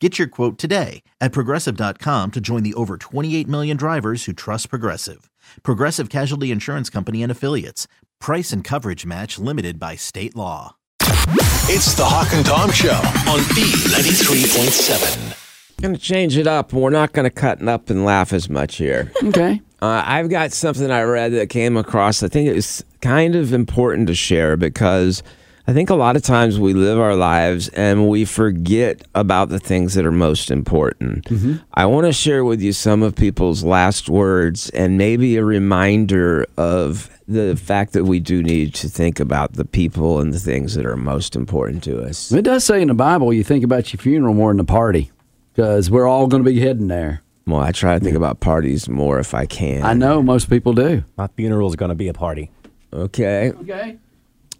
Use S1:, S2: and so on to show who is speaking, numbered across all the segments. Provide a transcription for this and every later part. S1: Get your quote today at progressive.com to join the over 28 million drivers who trust Progressive. Progressive Casualty Insurance Company and Affiliates. Price and coverage match limited by state law.
S2: It's the Hawk and Tom Show on B93.7.
S3: Going to change it up. We're not going to cut up and laugh as much here.
S4: Okay.
S3: Uh, I've got something I read that came across. I think it's kind of important to share because I think a lot of times we live our lives and we forget about the things that are most important.
S4: Mm-hmm.
S3: I want to share with you some of people's last words and maybe a reminder of the fact that we do need to think about the people and the things that are most important to us.
S4: It does say in the Bible you think about your funeral more than the party because we're all going to be heading there.
S3: Well, I try to think about parties more if I can.
S4: I know most people do.
S5: My funeral's going to be a party.
S3: Okay.
S4: Okay.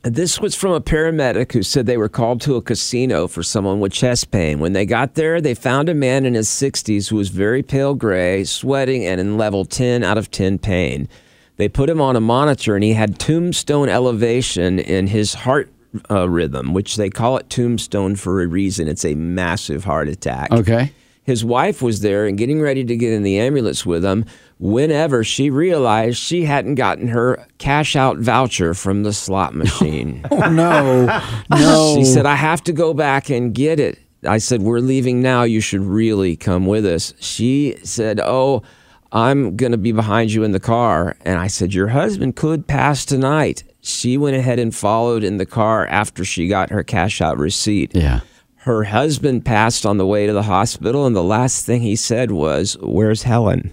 S3: This was from a paramedic who said they were called to a casino for someone with chest pain. When they got there, they found a man in his 60s who was very pale gray, sweating, and in level 10 out of 10 pain. They put him on a monitor, and he had tombstone elevation in his heart uh, rhythm, which they call it tombstone for a reason. It's a massive heart attack.
S4: Okay.
S3: His wife was there and getting ready to get in the ambulance with him whenever she realized she hadn't gotten her cash out voucher from the slot machine.
S4: Oh, no. no.
S3: She said, I have to go back and get it. I said, We're leaving now. You should really come with us. She said, Oh, I'm going to be behind you in the car. And I said, Your husband could pass tonight. She went ahead and followed in the car after she got her cash out receipt.
S4: Yeah.
S3: Her husband passed on the way to the hospital, and the last thing he said was, Where's Helen?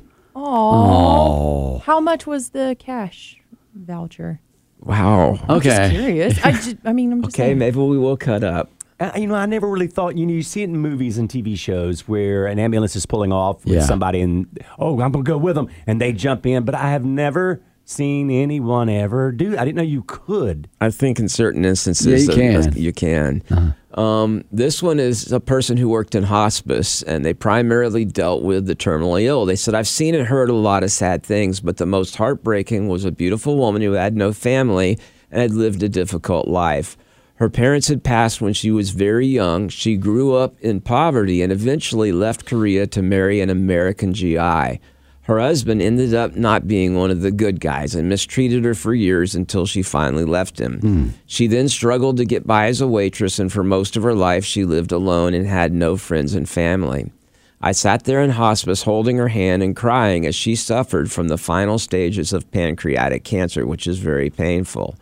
S6: Oh. How much was the cash voucher?
S3: Wow.
S4: Oh,
S6: Just
S4: Okay.
S6: curious. I, ju- I mean, I'm just
S3: Okay,
S6: saying.
S3: maybe we will cut up.
S5: Uh, you know, I never really thought, you know, you see it in movies and TV shows where an ambulance is pulling off with
S4: Yeah.
S5: somebody and, oh, I'm going to go with them. And they jump in. But I have never seen anyone ever do I didn't know you could.
S3: I think in certain
S4: Yeah,
S3: instances
S4: you
S3: uh,
S4: can. Uh-huh.
S3: you can. Um, this one is a person who worked in hospice and they primarily dealt with the terminally ill. They said, I've seen and heard a lot of sad things, but the most heartbreaking was a beautiful woman who had no family and had lived a difficult life. Her parents had passed when she was very young. She grew up in poverty and eventually left Korea to marry an American GI. Her husband ended up not being one of the good guys and mistreated her for years until she finally left him. She then struggled to get by as a waitress, and for most of her life, she lived alone and had no friends and family. I sat there in hospice holding her hand and crying as she suffered from the final stages of pancreatic cancer, which is very painful.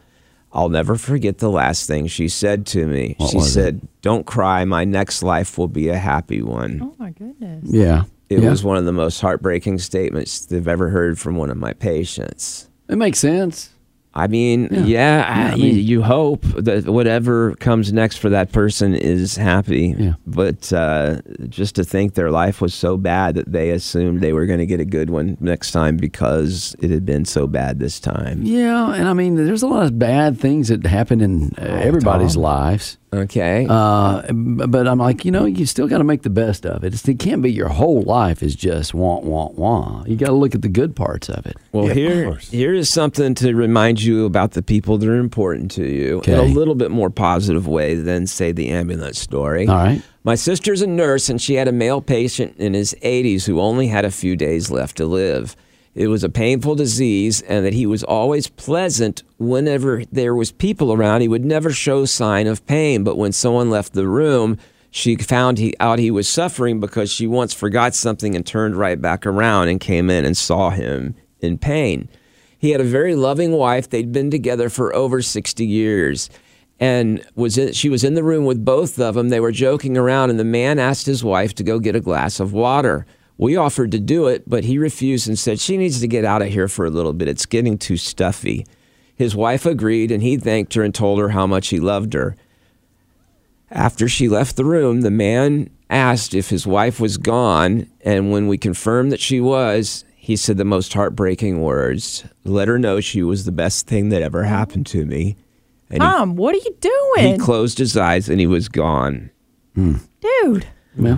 S3: I'll never forget the last thing she said to me. she said, Don't cry, my next life will be a happy one.
S6: Oh my goodness.
S4: Yeah.
S3: It
S4: yeah.
S3: was one of the most heartbreaking statements they've ever heard from one of my patients.
S4: It makes sense.
S3: I mean, yeah, I,
S4: I mean-
S3: you, you hope that whatever comes next for that person is happy.
S4: Yeah.
S3: But uh, just to think their life was so bad that they assumed they were going to get a good one next time because it had been so bad this time.
S4: Yeah. And I mean, there's a lot of bad things that happen in uh, everybody's lives.
S3: Okay.
S4: Uh, b- but I'm like, you know, you still got to make the best of it. It's, it can't be your whole life is just want, want, want. You got to look at the good parts of it.
S3: Well, here, here is something to remind you about the people that are important to you in a
S4: Okay.
S3: little bit more positive way than, say, the ambulance story.
S4: All right.
S3: My sister's a nurse, and she had a male patient in his 80s who only had a few days left to live. It was a painful disease, and that he was always pleasant whenever there was people around. He would never show sign of pain, but when someone left the room, she found he, out he was suffering because she once forgot something and turned right back around and came in and saw him in pain. He had a very loving wife. They'd been together for over 60 years. And was in, she was in the room with both of them. They were joking around, and the man asked his wife to go get a glass of water. We offered to do it, but he refused and said, She needs to get out of here for a little bit. It's getting too stuffy. His wife agreed, and he thanked her and told her how much he loved her. After she left the room, the man asked if his wife was gone, and when we confirmed that she was, he said the most heartbreaking words. Let her know she was the best thing that ever happened to me. And he,
S6: Tom, what are you
S3: he
S6: doing?
S3: closed his eyes and he was gone.
S6: Dude.
S4: Yeah.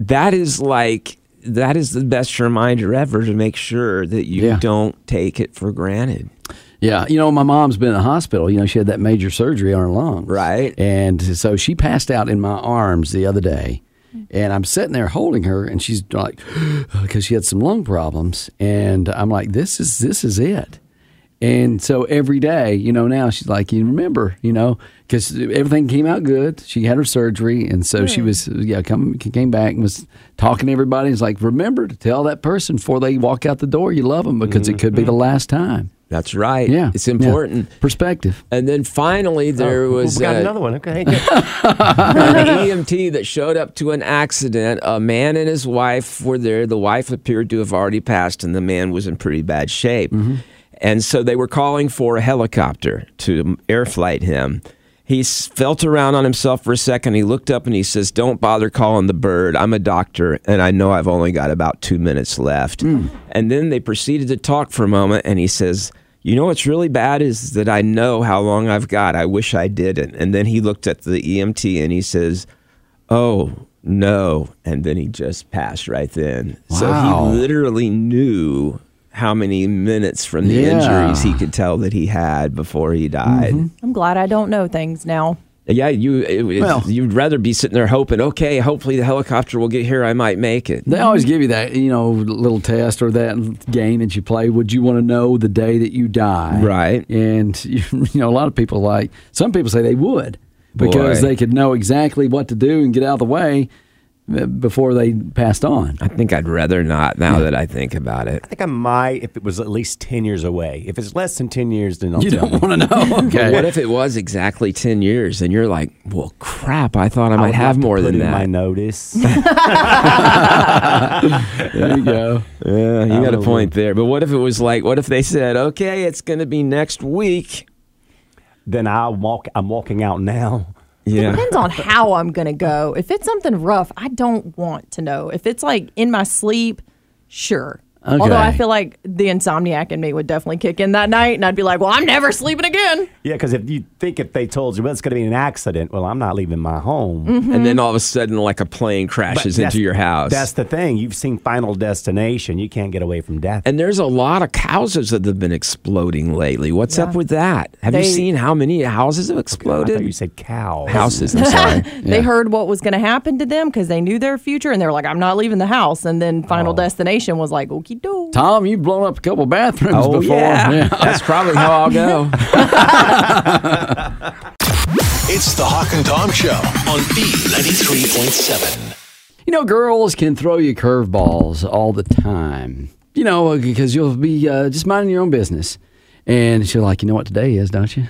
S3: That is like that is the best reminder ever to make sure that you
S4: Yeah.
S3: don't take it for granted.
S4: Yeah, you know, my mom's been in the hospital. You know, she had that major surgery on her lungs.
S3: Right.
S4: And so she passed out in my arms the other day. And I'm sitting there holding her, and she's like, because she had some lung problems. And I'm like, this is this is it. And so every day, you know, now she's like, you remember, you know, because everything came out good. She had her surgery, and so she was, yeah, come came back and was talking to everybody. It's like, remember to tell that person before they walk out the door, you love them because it could be the last time.
S3: That's right.
S4: Yeah,
S3: It's
S4: yeah.
S3: important.
S4: Perspective.
S3: And then finally there
S5: Oh,
S3: was
S5: we got
S3: uh,
S5: another one. Okay. good.
S3: an EMT that showed up to an accident. A man and his wife were there. The wife appeared to have already passed, and the man was in pretty bad shape. And so they were calling for a helicopter to air flight him. He s- felt around on himself for a second. He looked up and he says, Don't bother calling the bird. I'm a doctor and I know I've only got about two minutes left. And then they proceeded to talk for a moment and he says, you know what's really bad is that I know how long I've got. I wish I didn't. And then he looked at the EMT and he says, Oh, no. And then he just passed right then.
S4: Wow.
S3: So he literally knew how many minutes from the
S4: Yeah. Mm-hmm.
S3: injuries he could tell that he had before he died.
S6: I'm glad I don't know things now.
S3: Yeah, you it, it's-
S4: Well-
S3: you'd rather be sitting there hoping, okay, hopefully the helicopter will get here. I might make it.
S4: They always give you that, you know, little test or that game that you play. Would you want to know the day that you die?
S3: Right.
S4: And, you, you know, a lot of people like, some people say they would because
S3: Boy.
S4: they could know exactly what to do and get out of the way uh, before they passed on.
S3: I think I'd rather not now that I think about it.
S5: I think I might if it was at least ten years away. If it's less than ten years, then I'll
S4: You
S5: tell
S4: don't want to know.
S3: But
S4: Okay.
S3: what if it was exactly 10 years and you're like, well, crap, I thought I might
S5: would
S3: have
S5: to
S3: more
S5: put
S3: than
S5: in
S3: that.
S5: My notice.
S4: there you go.
S3: Yeah, you got a point there. But what if it was like, what if they said, okay, it's going to be next week?
S5: then I walk. I'm walking out now.
S3: Yeah.
S6: Depends on how I'm going to go. If it's something rough, I don't want to know. If it's like in my sleep, sure. Although I
S4: Okay.
S6: feel like the insomniac in me would definitely kick in that night, and I'd be like, well, I'm never sleeping again.
S5: Yeah, because if you think if they told you, well, it's going to be an accident. Well, I'm not leaving my home.
S3: And then all of a sudden, like a plane
S5: Mm-hmm. But
S3: crashes
S5: that's-
S3: into your house.
S5: That's the thing. You've seen Final Destination. You can't get away from death.
S3: and there's a lot of houses that have been exploding lately. What's up with that? Have you
S6: They-
S3: seen how many houses have
S5: Oh, I thought you
S3: exploded?
S5: said cow.
S3: Houses, I'm sorry.
S6: They heard what was going to happen to them because they knew their future, and they were like, I'm not leaving the house. And then Final
S3: Oh.
S6: Destination was like, okie doke.
S4: Tom, you've blown up a couple bathrooms
S3: Oh,
S4: before.
S3: yeah. That's probably how I'll go.
S2: It's the Hawk and Tom Show on B93.7.
S4: You know, girls can throw you curveballs all the time. You know, because you'll be uh, just minding your own business, and she'll like, you know what today is, don't you?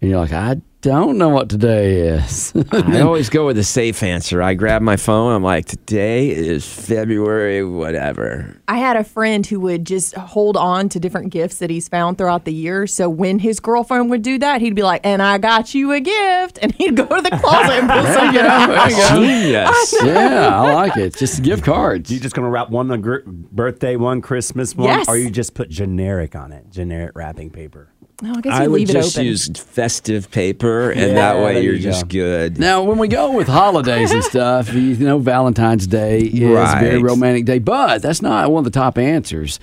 S4: And you're like, I don't know what today is.
S3: I always go with a safe answer. I grab my phone. I'm like, today is February, whatever.
S6: I had a friend who would just hold on to different gifts that he's found throughout the year. So when his girlfriend would do that, he'd be like, "And I got you a gift," and he'd go to the closet and pull something out.
S3: Genius.
S4: yeah, I like it. Just gift cards.
S5: You just going to wrap one on gr- birthday, one Christmas, one,
S6: Yes.
S5: or you just put generic on it, generic wrapping paper.
S6: No, I guess
S3: I
S6: you
S3: would
S6: leave
S3: just
S6: it open.
S3: use festive paper, and that
S5: Yeah,
S3: way
S5: there
S3: you're
S5: you go.
S3: just good.
S4: Now, when we go with holidays and stuff, you know, Valentine's Day is a very
S3: Right.
S4: romantic day, but that's not one of the top answers.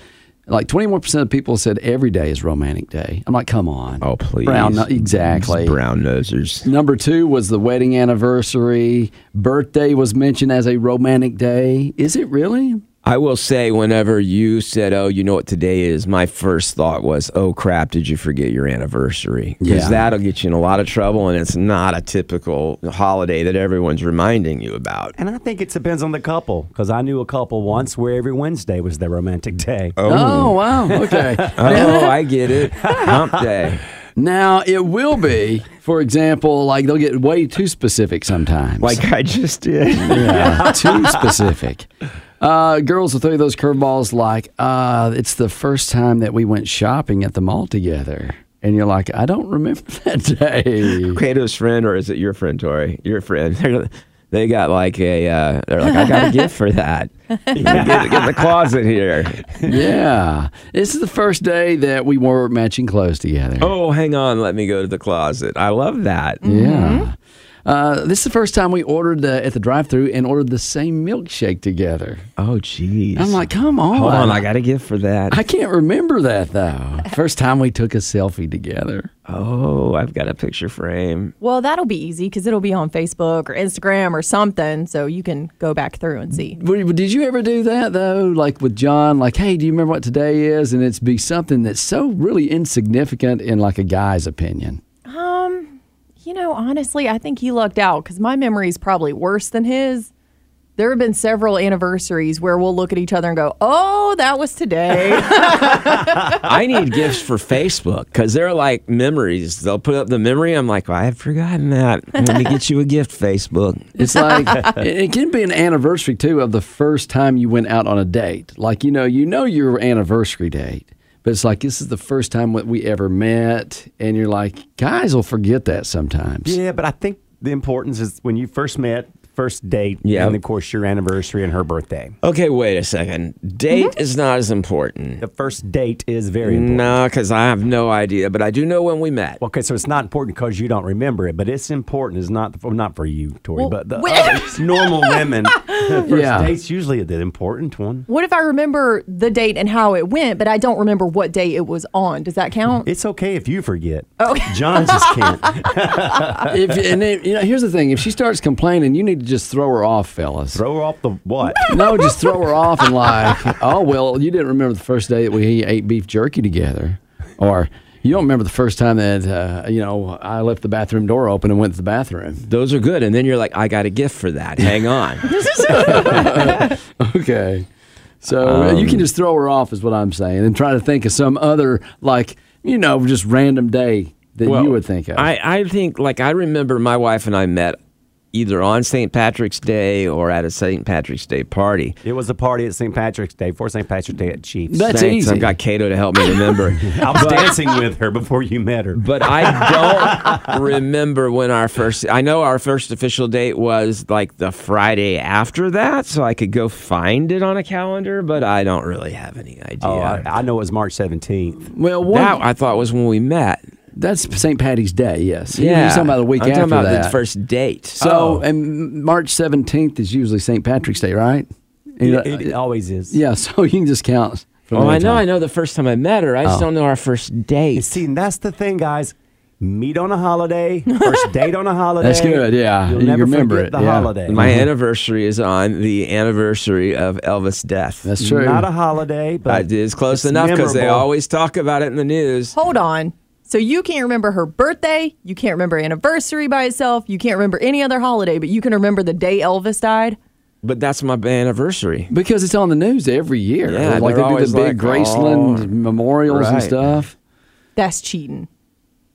S4: Like 21% of people said every day is romantic day. I'm like, come on.
S3: Oh, please.
S4: Brown, exactly.
S3: Brown nosers.
S4: Number two was the wedding anniversary. Birthday was mentioned as a romantic day. Is it really?
S3: I will say, whenever you said, "Oh, you know what today is," my first thought was, "Oh crap, did you forget your anniversary?" Because
S4: Yeah.
S3: that'll get you in a lot of trouble, and it's not a typical holiday that everyone's reminding you about.
S5: And I think it depends on the couple because I knew a couple once where every Wednesday was their romantic day. Oh.
S4: Oh, wow. Okay.
S3: Oh, I get it. Hump day.
S4: now, it will be, for example, like they'll get way too specific sometimes.
S3: Like I just did.
S4: yeah, too specific. Uh, girls will throw you those curveballs like, uh, it's the first time that we went shopping at the mall together. And you're like, I don't remember that day.
S3: Cato's friend, or is it your friend, Tori? Your friend. They're, they got like a, uh, they're like, I got a gift for that. Get, get the closet here.
S4: Yeah. This is the first day that we wore matching clothes together.
S3: Oh, hang on. Let me go to the closet. I love that.
S4: Mm. Yeah. Uh, this is the first time we ordered the, at the drive through and ordered the same milkshake together.
S3: Oh, jeez.
S4: I'm like, come on.
S3: Hold on, I got a gift for that.
S4: I can't remember that though. First time we took a selfie together.
S3: oh, I've got a picture frame.
S6: Well, that'll be easy because it'll be on Facebook or Instagram or something, so you can go back through and see.
S4: Were you- Did you ever do that though? Like with John, like, hey, do you remember what today is? And it's be something that's so really insignificant in like a guy's opinion.
S6: You know, honestly, I think he lucked out because my memory is probably worse than his. There have been several anniversaries where we'll look at each other and go, "Oh, that was today."
S3: I need gifts for Facebook because they're like memories. They'll put up the memory. I'm like, well, I've forgotten that. Let me get you a gift, Facebook.
S4: It's like it- it can be an anniversary too of the first time you went out on a date. Like you know, you know your anniversary date, but it's like this is the first time that we ever met, and you're like, guys will forget that sometimes.
S5: Yeah, but I think the importance is when you first met, first date,
S3: Yeah.
S5: and of course your anniversary and her birthday.
S3: Okay, wait a second. Date
S4: Mm-hmm.
S3: is not as important.
S5: The first date is very important.
S3: No, because I have no idea, but I do know when we met.
S5: Okay, so it's not important because you don't remember it, but it's important. It's not well, not for you, Tori,
S6: Well,
S5: but the
S6: wait.
S5: other normal women. The first
S4: Yeah.
S5: date's usually the important one.
S6: what if I remember the date and how it went, but I don't remember what day it was on? Does that count?
S5: It's okay if you forget.
S6: Oh.
S5: Okay. John just can't.
S4: If, and it, you know, here's the thing: if she starts complaining, you need to just throw her off, fellas.
S5: Throw her off the what?
S4: No, just throw her off and like, oh well, you didn't remember the first day that we ate beef jerky together, or you don't remember the first time that uh, you know I left the bathroom door open and went to the bathroom.
S3: Those are good. And then you're like, I got a gift for that. Hang on.
S4: Okay, so uh, you can
S3: Um,
S4: just throw her off, is what I'm saying, and try to think of some other like you know just random day that you would think of.
S3: I, I think, like, I remember my wife and I met either on St. Patrick's Day or at a St. Patrick's Day party.
S5: It was a party at St. Patrick's Day for St. Patrick's Day at Chiefs.
S4: That's
S3: Thanks.
S4: easy.
S3: I've got Cato to help me remember.
S5: I was dancing with her before you met her.
S3: but I don't remember when our first. I know our first official date was like the Friday after that, so I could go find it on a calendar. But I don't really have any idea.
S5: Oh, I, I know it was March 17th.
S4: well, one,
S3: that I thought was when we met.
S4: that's St. Patty's Day. Yes, You-
S3: Yeah,
S4: You're talking about the week
S3: I'm
S4: after
S3: talking about
S4: that. Oh.
S3: the first Oh. date.
S4: So, and March 17th is usually St. Patrick's Day, right? You know,
S5: It, it always is.
S4: yeah, so you can just count. from
S3: oh,
S4: there
S3: I know.
S4: to-
S3: I know the first time I met her. I
S4: Oh.
S3: just don't know our first date.
S5: See, and that's the thing, guys. Meet on a holiday, first date on a holiday.
S4: That's good, yeah.
S5: You'll
S4: You
S5: never
S4: remember
S5: forget
S4: it,
S5: the
S4: yeah.
S5: holiday.
S3: My
S4: uh-huh.
S3: anniversary is on the anniversary of Elvis' death.
S4: That's true.
S5: Not a holiday,
S3: I
S5: but
S3: did- it's close
S5: it's
S3: enough because they
S5: memorable.
S3: always talk about it in the news.
S6: Hold on. So you can't remember her birthday, you can't remember anniversary by itself, you can't remember any other holiday, but you can remember the day Elvis died.
S3: But that's my anniversary.
S4: because it's on the news every year.
S3: Yeah,
S4: like
S3: they're
S4: they do
S3: always
S4: the big
S3: like,
S4: Graceland
S3: oh,
S4: memorials and
S3: right.
S4: stuff.
S6: That's cheating.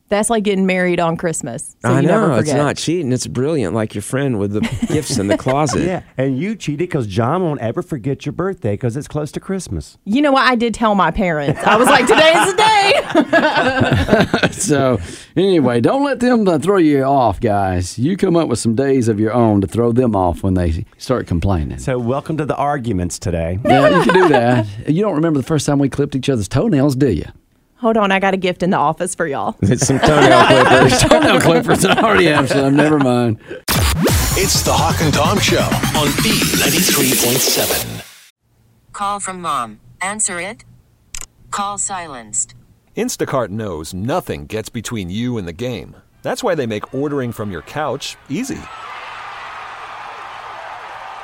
S6: That's like getting married on Christmas. So
S3: I
S6: you
S3: know
S6: never
S3: it's
S6: forget.
S3: not cheating. It's brilliant, like your friend with the gifts in the closet.
S5: yeah. And you cheated because John won't ever forget your birthday because it's close to Christmas.
S6: You know what? I did tell my parents. I was like, today is the day.
S4: So, anyway, don't let them uh, throw you off, guys. You come up with some days of your own to throw them off when they start complaining.
S5: So, welcome to the arguments today.
S4: yeah, you can do that. You don't remember the first time we clipped each other's toenails, do you?
S6: Hold on, I got a gift in the office for y'all.
S3: It's some toenail clippers.
S4: Toenail clippers. I already have some. Never mind.
S2: It's the Hawk and Tom Show on B93.7.
S7: Call from mom. Answer it. Call silenced.
S8: Instacart knows nothing gets between you and the game. That's why they make ordering from your couch easy.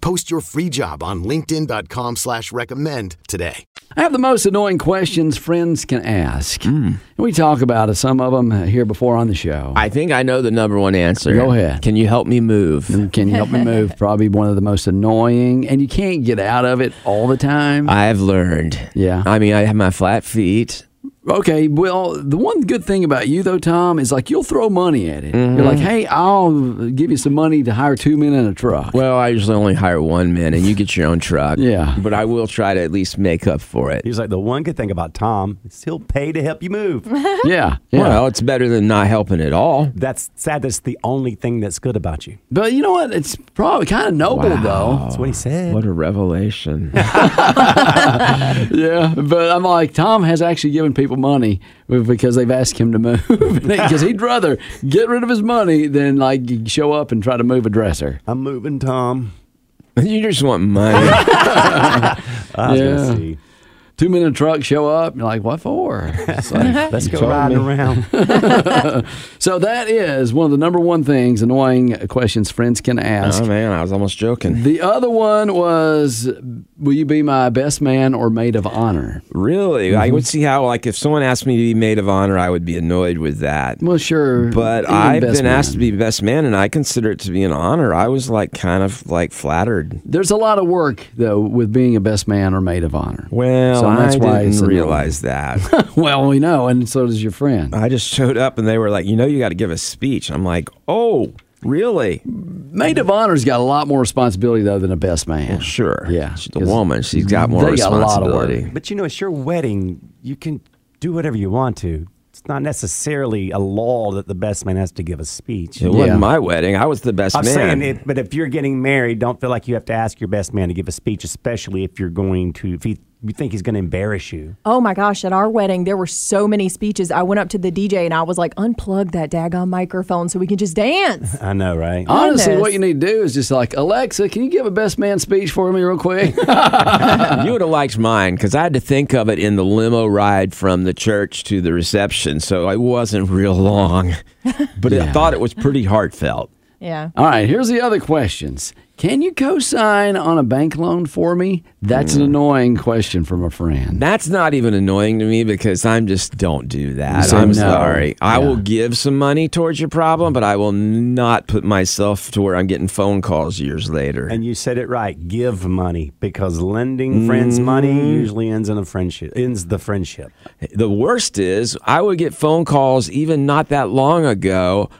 S2: Post your free job on linkedin.com/recommend slash recommend today.
S4: I have the most annoying questions friends can ask. And we talk about uh, some of them here before on the show.
S3: I think I know the number one answer.
S4: Go ahead.
S3: Can you help me move?
S4: can you help me move? Probably one of the most annoying, and you can't get out of it all the time.
S3: I've learned.
S4: Yeah.
S3: I mean, I have my flat feet.
S4: Okay, well, the one good thing about you though, Tom, is like you'll throw money at it. You're
S3: Mm-hmm.
S4: like, hey, I'll give you some money to hire two men in a truck.
S3: Well, I usually only hire one man, and you get your own truck.
S4: Yeah.
S3: But I will try to at least make up for it.
S5: He's like, the one good thing about Tom is he'll pay to help you move.
S4: yeah, yeah.
S3: Uh-huh. Well, it's better than not helping at all.
S5: that's sad. That's the only thing that's good about you.
S4: but you know what? It's probably kind of noble
S3: Wow.
S5: That's what he said.
S3: What a revelation.
S4: though. Yeah, but I'm like, Tom has actually given people money because they've asked him to move because he'd rather get rid of his money than like show up and try to move a dresser.
S5: I'm moving, Tom.
S3: you just want money.
S5: I was gonna
S4: Yeah.
S5: Ah, see.
S4: Two men in a truck show up. You're like, what for? It's like,
S5: Let's
S4: you
S5: go
S4: told
S5: riding
S4: me.
S5: around.
S4: So that is one of the number one things annoying questions friends can ask.
S3: oh, man. I was almost joking.
S4: The other one was, "Will you be my best man or maid of honor?"
S3: Really?
S4: Mm-hmm.
S3: I would see how, like, if someone asked me to be maid of honor, I would be annoyed with that.
S4: Well, sure,
S3: But
S4: even
S3: I've
S4: best
S3: been asked to
S4: man.
S3: be best man, and I consider it to be an honor. I was like kind of like flattered.
S4: There's a lot of work though with being a best man or maid of honor.
S3: Well,
S4: So that's
S3: I
S4: why it's
S3: didn't
S4: annoying.
S3: realize Uh, that.
S4: Well, we know, and so does your friend.
S3: I just showed up, and they were like, "You know, you got to give a speech." I'm like, "Oh, really?
S4: maid of honor's got a lot more responsibility though than a best man.
S3: Sure.
S4: Yeah,
S3: she's a
S4: 'cause
S3: woman. She's got more
S4: they got a lot of work.
S3: responsibility."
S5: But you know, it's your wedding. You can do whatever you want to. It's not necessarily a law that the best man has to give a speech.
S3: It
S4: Yeah.
S3: wasn't my wedding. I was the best
S5: I'm
S3: man.
S5: saying it, but if you're getting married, don't feel like you have to ask your best man to give a speech, especially if you're going to, if he, you think he's going to embarrass you.
S6: Oh my gosh, at our wedding, there were so many speeches. I went up to the DJ and I was like, unplug that daggone microphone so we can just dance.
S5: I know, right?
S4: Honestly,
S6: Goodness.
S4: what you need to do is just like Alexa, can you give a best man speech for me real quick?
S3: you would have liked mine because I had to think of it in the limo ride from the church to the reception, so it wasn't real long. But I thought it was pretty heartfelt.
S6: Yeah.
S4: All right, here's the other questions. Can you co-sign on a bank loan for me? That's
S3: Hmm.
S4: an annoying question from a friend.
S3: That's not even annoying to me because I'm just don't do
S4: You
S3: that.
S4: say
S3: I'm
S4: no.
S3: sorry. I
S4: Yeah.
S3: will give some money towards your problem, but I will not put myself to where I'm getting phone calls years later.
S5: And you said it right. Give money because lending friends
S3: Mm.
S5: money usually ends in a friendship. Ends the friendship.
S3: The worst is I would get phone calls even not that long ago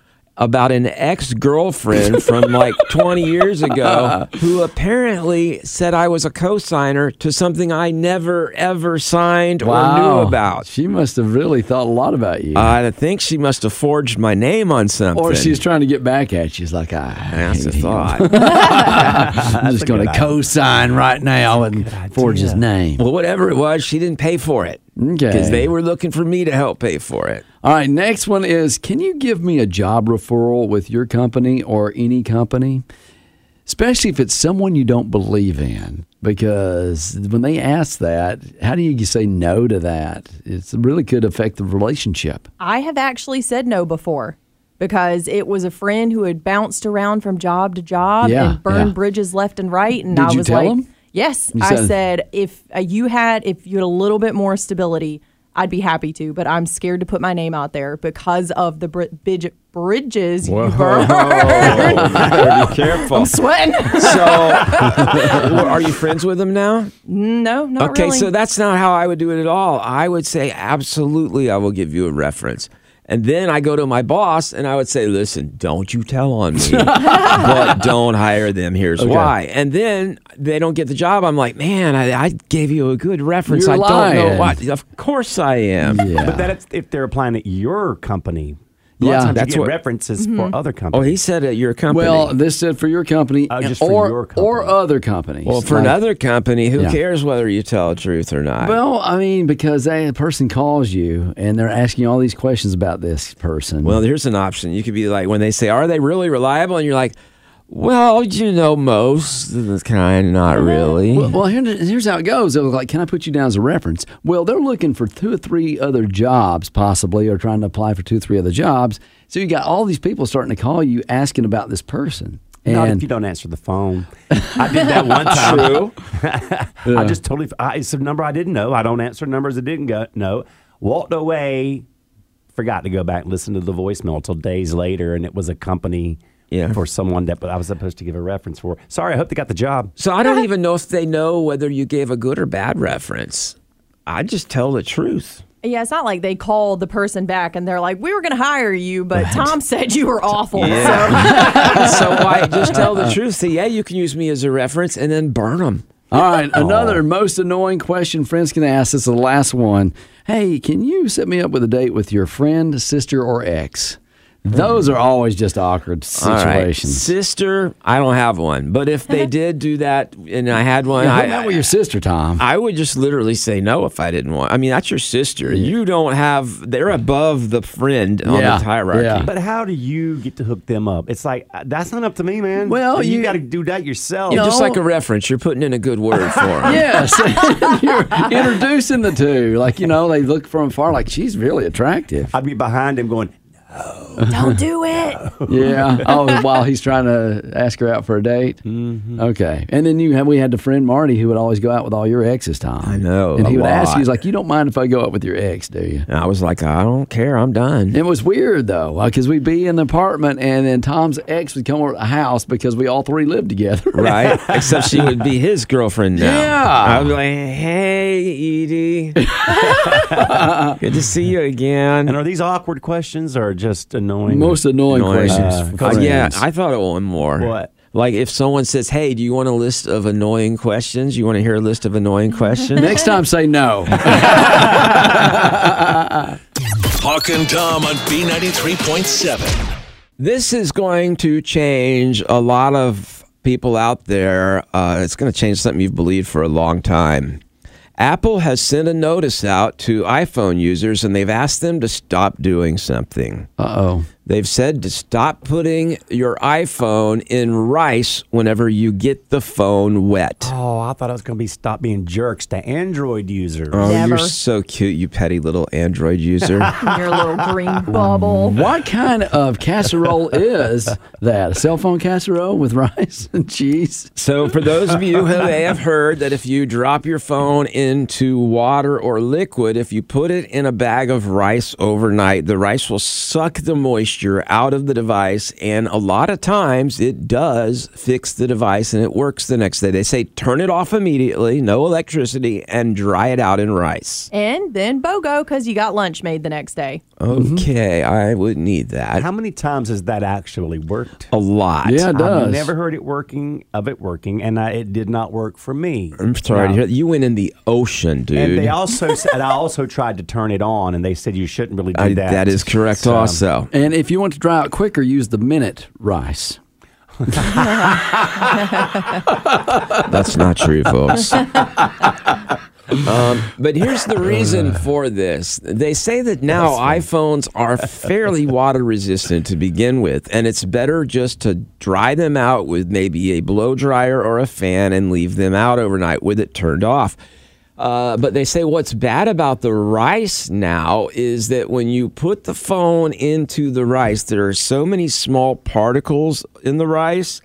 S3: about an ex-girlfriend from like 20 years ago who apparently said I was a co-signer to something I never ever signed or knew about. Uh,
S4: She must have really thought a lot about you.
S3: I think she must have forged my name on something.
S4: or she's trying to get back at you. She's like, I
S3: that's a
S4: hate him.
S3: thought.
S4: I'm just going to co-sign right now and forge his name.
S3: Well, whatever it was, she didn't pay for it.
S4: Okay.
S3: Because they were looking for me to help pay for it.
S4: All right, next one is can you give me a job referral with your company or any company? Especially if it's someone you don't believe in, because when they ask that, how do you say no to that? It really could affect the relationship.
S6: I have actually said no before because it was a friend who had bounced around from job to job
S4: Yeah,
S6: and burned
S4: yeah.
S6: bridges left and right. And
S4: Did
S6: I
S4: you
S6: was
S4: tell
S6: like,
S4: him?
S6: yes,
S4: You
S6: I
S4: said-
S6: said, if uh, you had, if you had a little bit more stability, I'd be happy to, but I'm scared to put my name out there because of the br- bidge- bridges you burned.
S3: Be careful.
S6: I'm sweating.
S3: So, are you friends with him now?
S6: no, not
S3: okay,
S6: really.
S3: so that's not how I would do it at all. I would say, absolutely, I will give you a reference. And then I go to my boss and I would say, listen, don't you tell on me, but don't hire them. Here's why. And then they don't get the job. I'm like, man, I, I gave you a good reference. I
S4: You're
S3: don't
S4: lying."
S3: know what. Of course I am.
S4: Yeah.
S5: But that's if they're applying at your company. A lot
S4: Yeah,
S5: of times
S3: that's
S5: you get
S3: what-
S5: references for other
S3: Oh,
S5: companies.
S3: he said at your company.
S4: Well, this said for your company,
S5: Oh, just
S4: or
S5: for your company.
S4: or other companies.
S3: Well, for
S4: Like-
S3: another company, who
S4: Yeah.
S3: cares whether you tell the truth or not?
S4: Well, I mean, because that person calls you and they're asking all these questions about this person.
S3: Well, here's an option. You could be like, when they say, "Are they really reliable?" and you're like, "Well, you know, most of the kind, not really."
S4: Uh-huh. Well, well here, here's how it goes. They're like, "Can I put you down as a reference?" Well, they're looking for two or three other jobs, possibly, or trying to apply for two or three other jobs. So you got all these people starting to call you asking about this person.
S5: Not if
S4: And-
S5: you don't answer the phone. I did that one time. True. I just totally. I, it's a number I didn't know. I don't answer numbers I didn't go, know. Walked away. Forgot to go back and listen to the voicemail until days later, and it was a company
S3: Yeah.
S5: for someone that I was supposed to give a reference for. Sorry, I hope they got the job.
S3: so I don't even know if they know whether you gave a good or bad reference. I just tell the truth.
S6: yeah, it's not like they called the person back and they're like, we were going to hire you, but Tom said you were awful. So
S3: so why just tell the truth? Say, yeah, you can use me as a reference, and then burn them.
S4: All right,
S3: Oh.
S4: another most annoying question friends can ask. This is the last one. Hey, can you set me up with a date with your friend, sister, or ex? Those are always just awkward situations.
S3: sister. I don't have one, but if they did do that, and I had one,
S4: Now,
S3: I,
S4: Hang out with your sister, Tom.
S3: I would just literally say no if I didn't want. I mean, that's your sister. You don't have. They're above the friend on
S4: Yeah,
S3: the hierarchy.
S4: yeah.
S5: But how do you get to hook them up? It's like uh, that's not up to me, man.
S4: Well,
S5: you,
S4: you-
S5: got to do that yourself.
S3: You're just
S4: No.
S3: like a reference. You're putting in a good word for them.
S4: Yes, you're introducing the two. Like you know, they look from afar, like she's really attractive.
S5: I'd be behind him going.
S6: don't do it.
S4: Yeah. Oh, while he's trying to ask her out for a date. Mm-hmm. Okay. And then you have we had the friend Marty who would always go out with all your exes, Tom. I
S3: know,
S4: And he
S3: a
S4: would ask you, he's
S3: lot.
S4: like, "You don't mind if I go out with your ex, do you?"
S3: And I was like, I don't care. I'm done.
S4: It was weird though, because we'd be in the apartment, and then Tom's ex would come over to the house because we all three lived together.
S3: Right? Except she would be his girlfriend now.
S4: Yeah.
S3: I'd be like, hey, Edie. Good to see you again.
S5: And are these awkward questions or just annoying?
S4: Most annoying,
S3: Annoying.
S4: questions.
S5: Uh,
S4: for
S3: Uh, yeah,
S4: friends.
S3: I thought of one more.
S5: What?
S3: Like if someone says, hey, do you want a list of annoying questions? You want to hear a list of annoying questions?
S4: Next time, say no.
S8: Hawk and Tom on B93.7.
S3: This is going to change a lot of people out there. Uh, it's going to change something you've believed for a long time. Apple has sent a notice out to iPhone users and they've asked them to stop doing something.
S4: Uh oh.
S3: They've said to stop putting your iPhone in rice whenever you get the phone wet.
S5: Oh, I thought I was going to be stop being jerks to Android users.
S3: Oh,
S6: Never.
S3: you're so cute, you petty little Android user.
S6: Your little green bubble.
S4: What kind of casserole is that? A cell phone casserole with rice and cheese?
S3: So, for those of you who may have heard that if you drop your phone into water or liquid, if you put it in a bag of rice overnight, the rice will suck the moisture out of the device. And a lot of times it does fix the device and it works the next day. They say turn it off immediately, no electricity, and dry it out in rice.
S6: And then BOGO because you got lunch made the next day.
S3: Okay, I would need that
S5: Mm-hmm. How many times has that actually worked?
S3: a lot.
S4: Yeah, it
S5: I've
S4: does.
S5: never heard it working of it working, and I, it did not work for me.
S3: I'm sorry to hear that. You went in the ocean, Uh, dude.
S5: And they also said I also tried to turn it on, and they said you shouldn't really do
S3: I-
S5: that.
S3: that is correct,
S5: So,
S3: also.
S4: And if you want to dry out quicker, use the minute rice.
S3: That's not true, folks. um, but here's the reason for this. They say that now iPhones are fairly water resistant to begin with, and it's better just to dry them out with maybe a blow dryer or a fan and leave them out overnight with it turned off. Uh, but they say what's bad about the rice now is that when you put the phone into the rice, there are so many small particles in the rice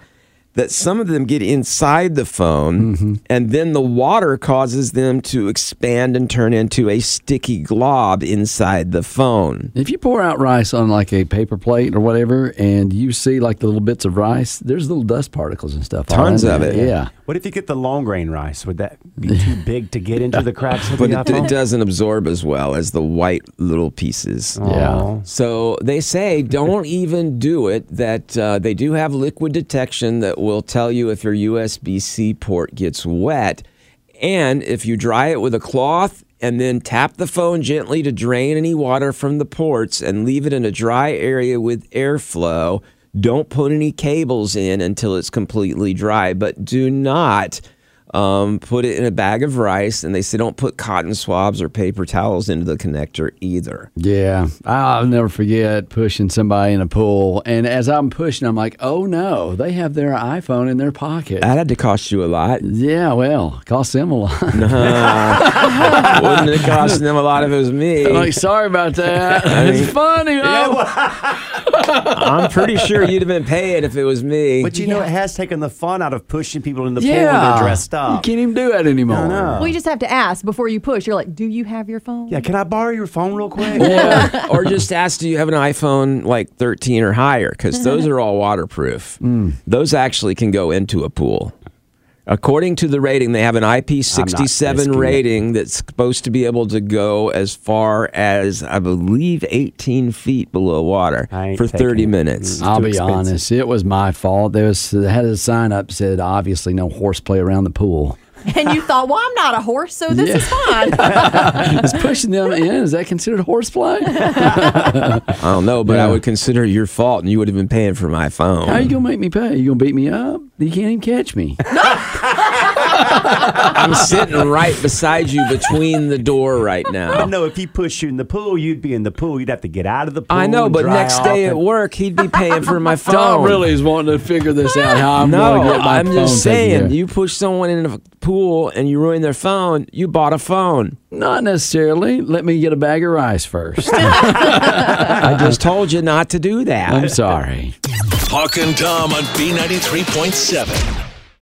S3: that some of them get inside the phone, and then the water causes them to expand and turn into a sticky glob inside the phone.
S4: If you pour out rice on like a paper plate or whatever, and you see like the little bits of rice, there's little dust particles and stuff. all
S3: Tons
S4: in
S3: of
S4: there.
S3: it.
S4: Yeah.
S5: What if you get the long grain rice? Would that be too big to get into the cracks of
S3: But
S5: the
S3: it, it
S5: iPhone?
S3: doesn't absorb as well as the white little pieces.
S4: Oh, Yeah.
S3: So they say don't even do it. That uh, they do have liquid detection that will tell you if your USB C port gets wet. And if you dry it with a cloth and then tap the phone gently to drain any water from the ports and leave it in a dry area with airflow, don't put any cables in until it's completely dry. But do not. Um, put it in a bag of rice, and they say don't put cotton swabs or paper towels into the connector either.
S4: Yeah. I'll never forget pushing somebody in a pool. And as I'm pushing, I'm like, oh no, they have their iPhone in their
S5: Ah.
S4: pocket.
S3: That had to cost you a lot.
S4: yeah, well, cost them a lot.
S3: Wouldn't it cost them a lot if it was me?
S4: I'm like, sorry about that. it's funny. Oh, though.
S3: I'm pretty sure you'd have been paying if it was me.
S5: But you know, it has taken the fun out of pushing people in the pool when
S4: yeah.
S5: they're dressed
S4: You
S5: up.
S4: can't even do that anymore.
S5: I know.
S6: Well, you just have to ask before you push. You're like, do you have your phone?
S5: Yeah, can I borrow your phone real quick?
S3: Or, or just ask, do you have an iPhone like 13 or higher? Because those are all waterproof. Those actually can go into a pool. According to the rating, they have an
S5: risking
S3: IP67
S5: it.
S3: rating that's supposed to be able to go as far as, I believe, 18 feet below water
S5: I ain't
S3: for
S5: taking
S3: 30
S5: it.
S3: minutes.
S4: I'll
S5: too
S4: be
S5: expensive.
S4: honest. It was my fault. There was they had a sign up that said obviously no horseplay around the pool.
S6: And you thought, well, I'm not a horse, so this is fine.
S4: Is pushing them in is that considered horseplay?
S3: I don't know, but I
S4: Yeah.
S3: would consider it your fault and you would have been paying for my phone.
S4: How you gonna make me pay? You gonna beat me up? You can't even catch me.
S3: I'm sitting right beside you between the door right now.
S5: I know if he pushed you in the pool, you'd be in the pool. You'd have to get out of the pool.
S3: I know,
S5: and
S3: but
S5: dry
S3: next
S5: off
S3: day at
S5: and-
S3: work, he'd be paying for my phone.
S4: Tom really is wanting to figure this out. How I'm
S3: No,
S4: gonna get my
S3: I'm
S4: phone
S3: just
S4: taken care
S3: saying,
S4: of.
S3: you push someone in a pool and you ruin their phone, you bought a phone.
S4: Not necessarily. Let me get a bag of rice first.
S3: I just told you not to do that.
S4: I'm sorry.
S9: Hawk and Tom on B93.7.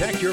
S9: Protect your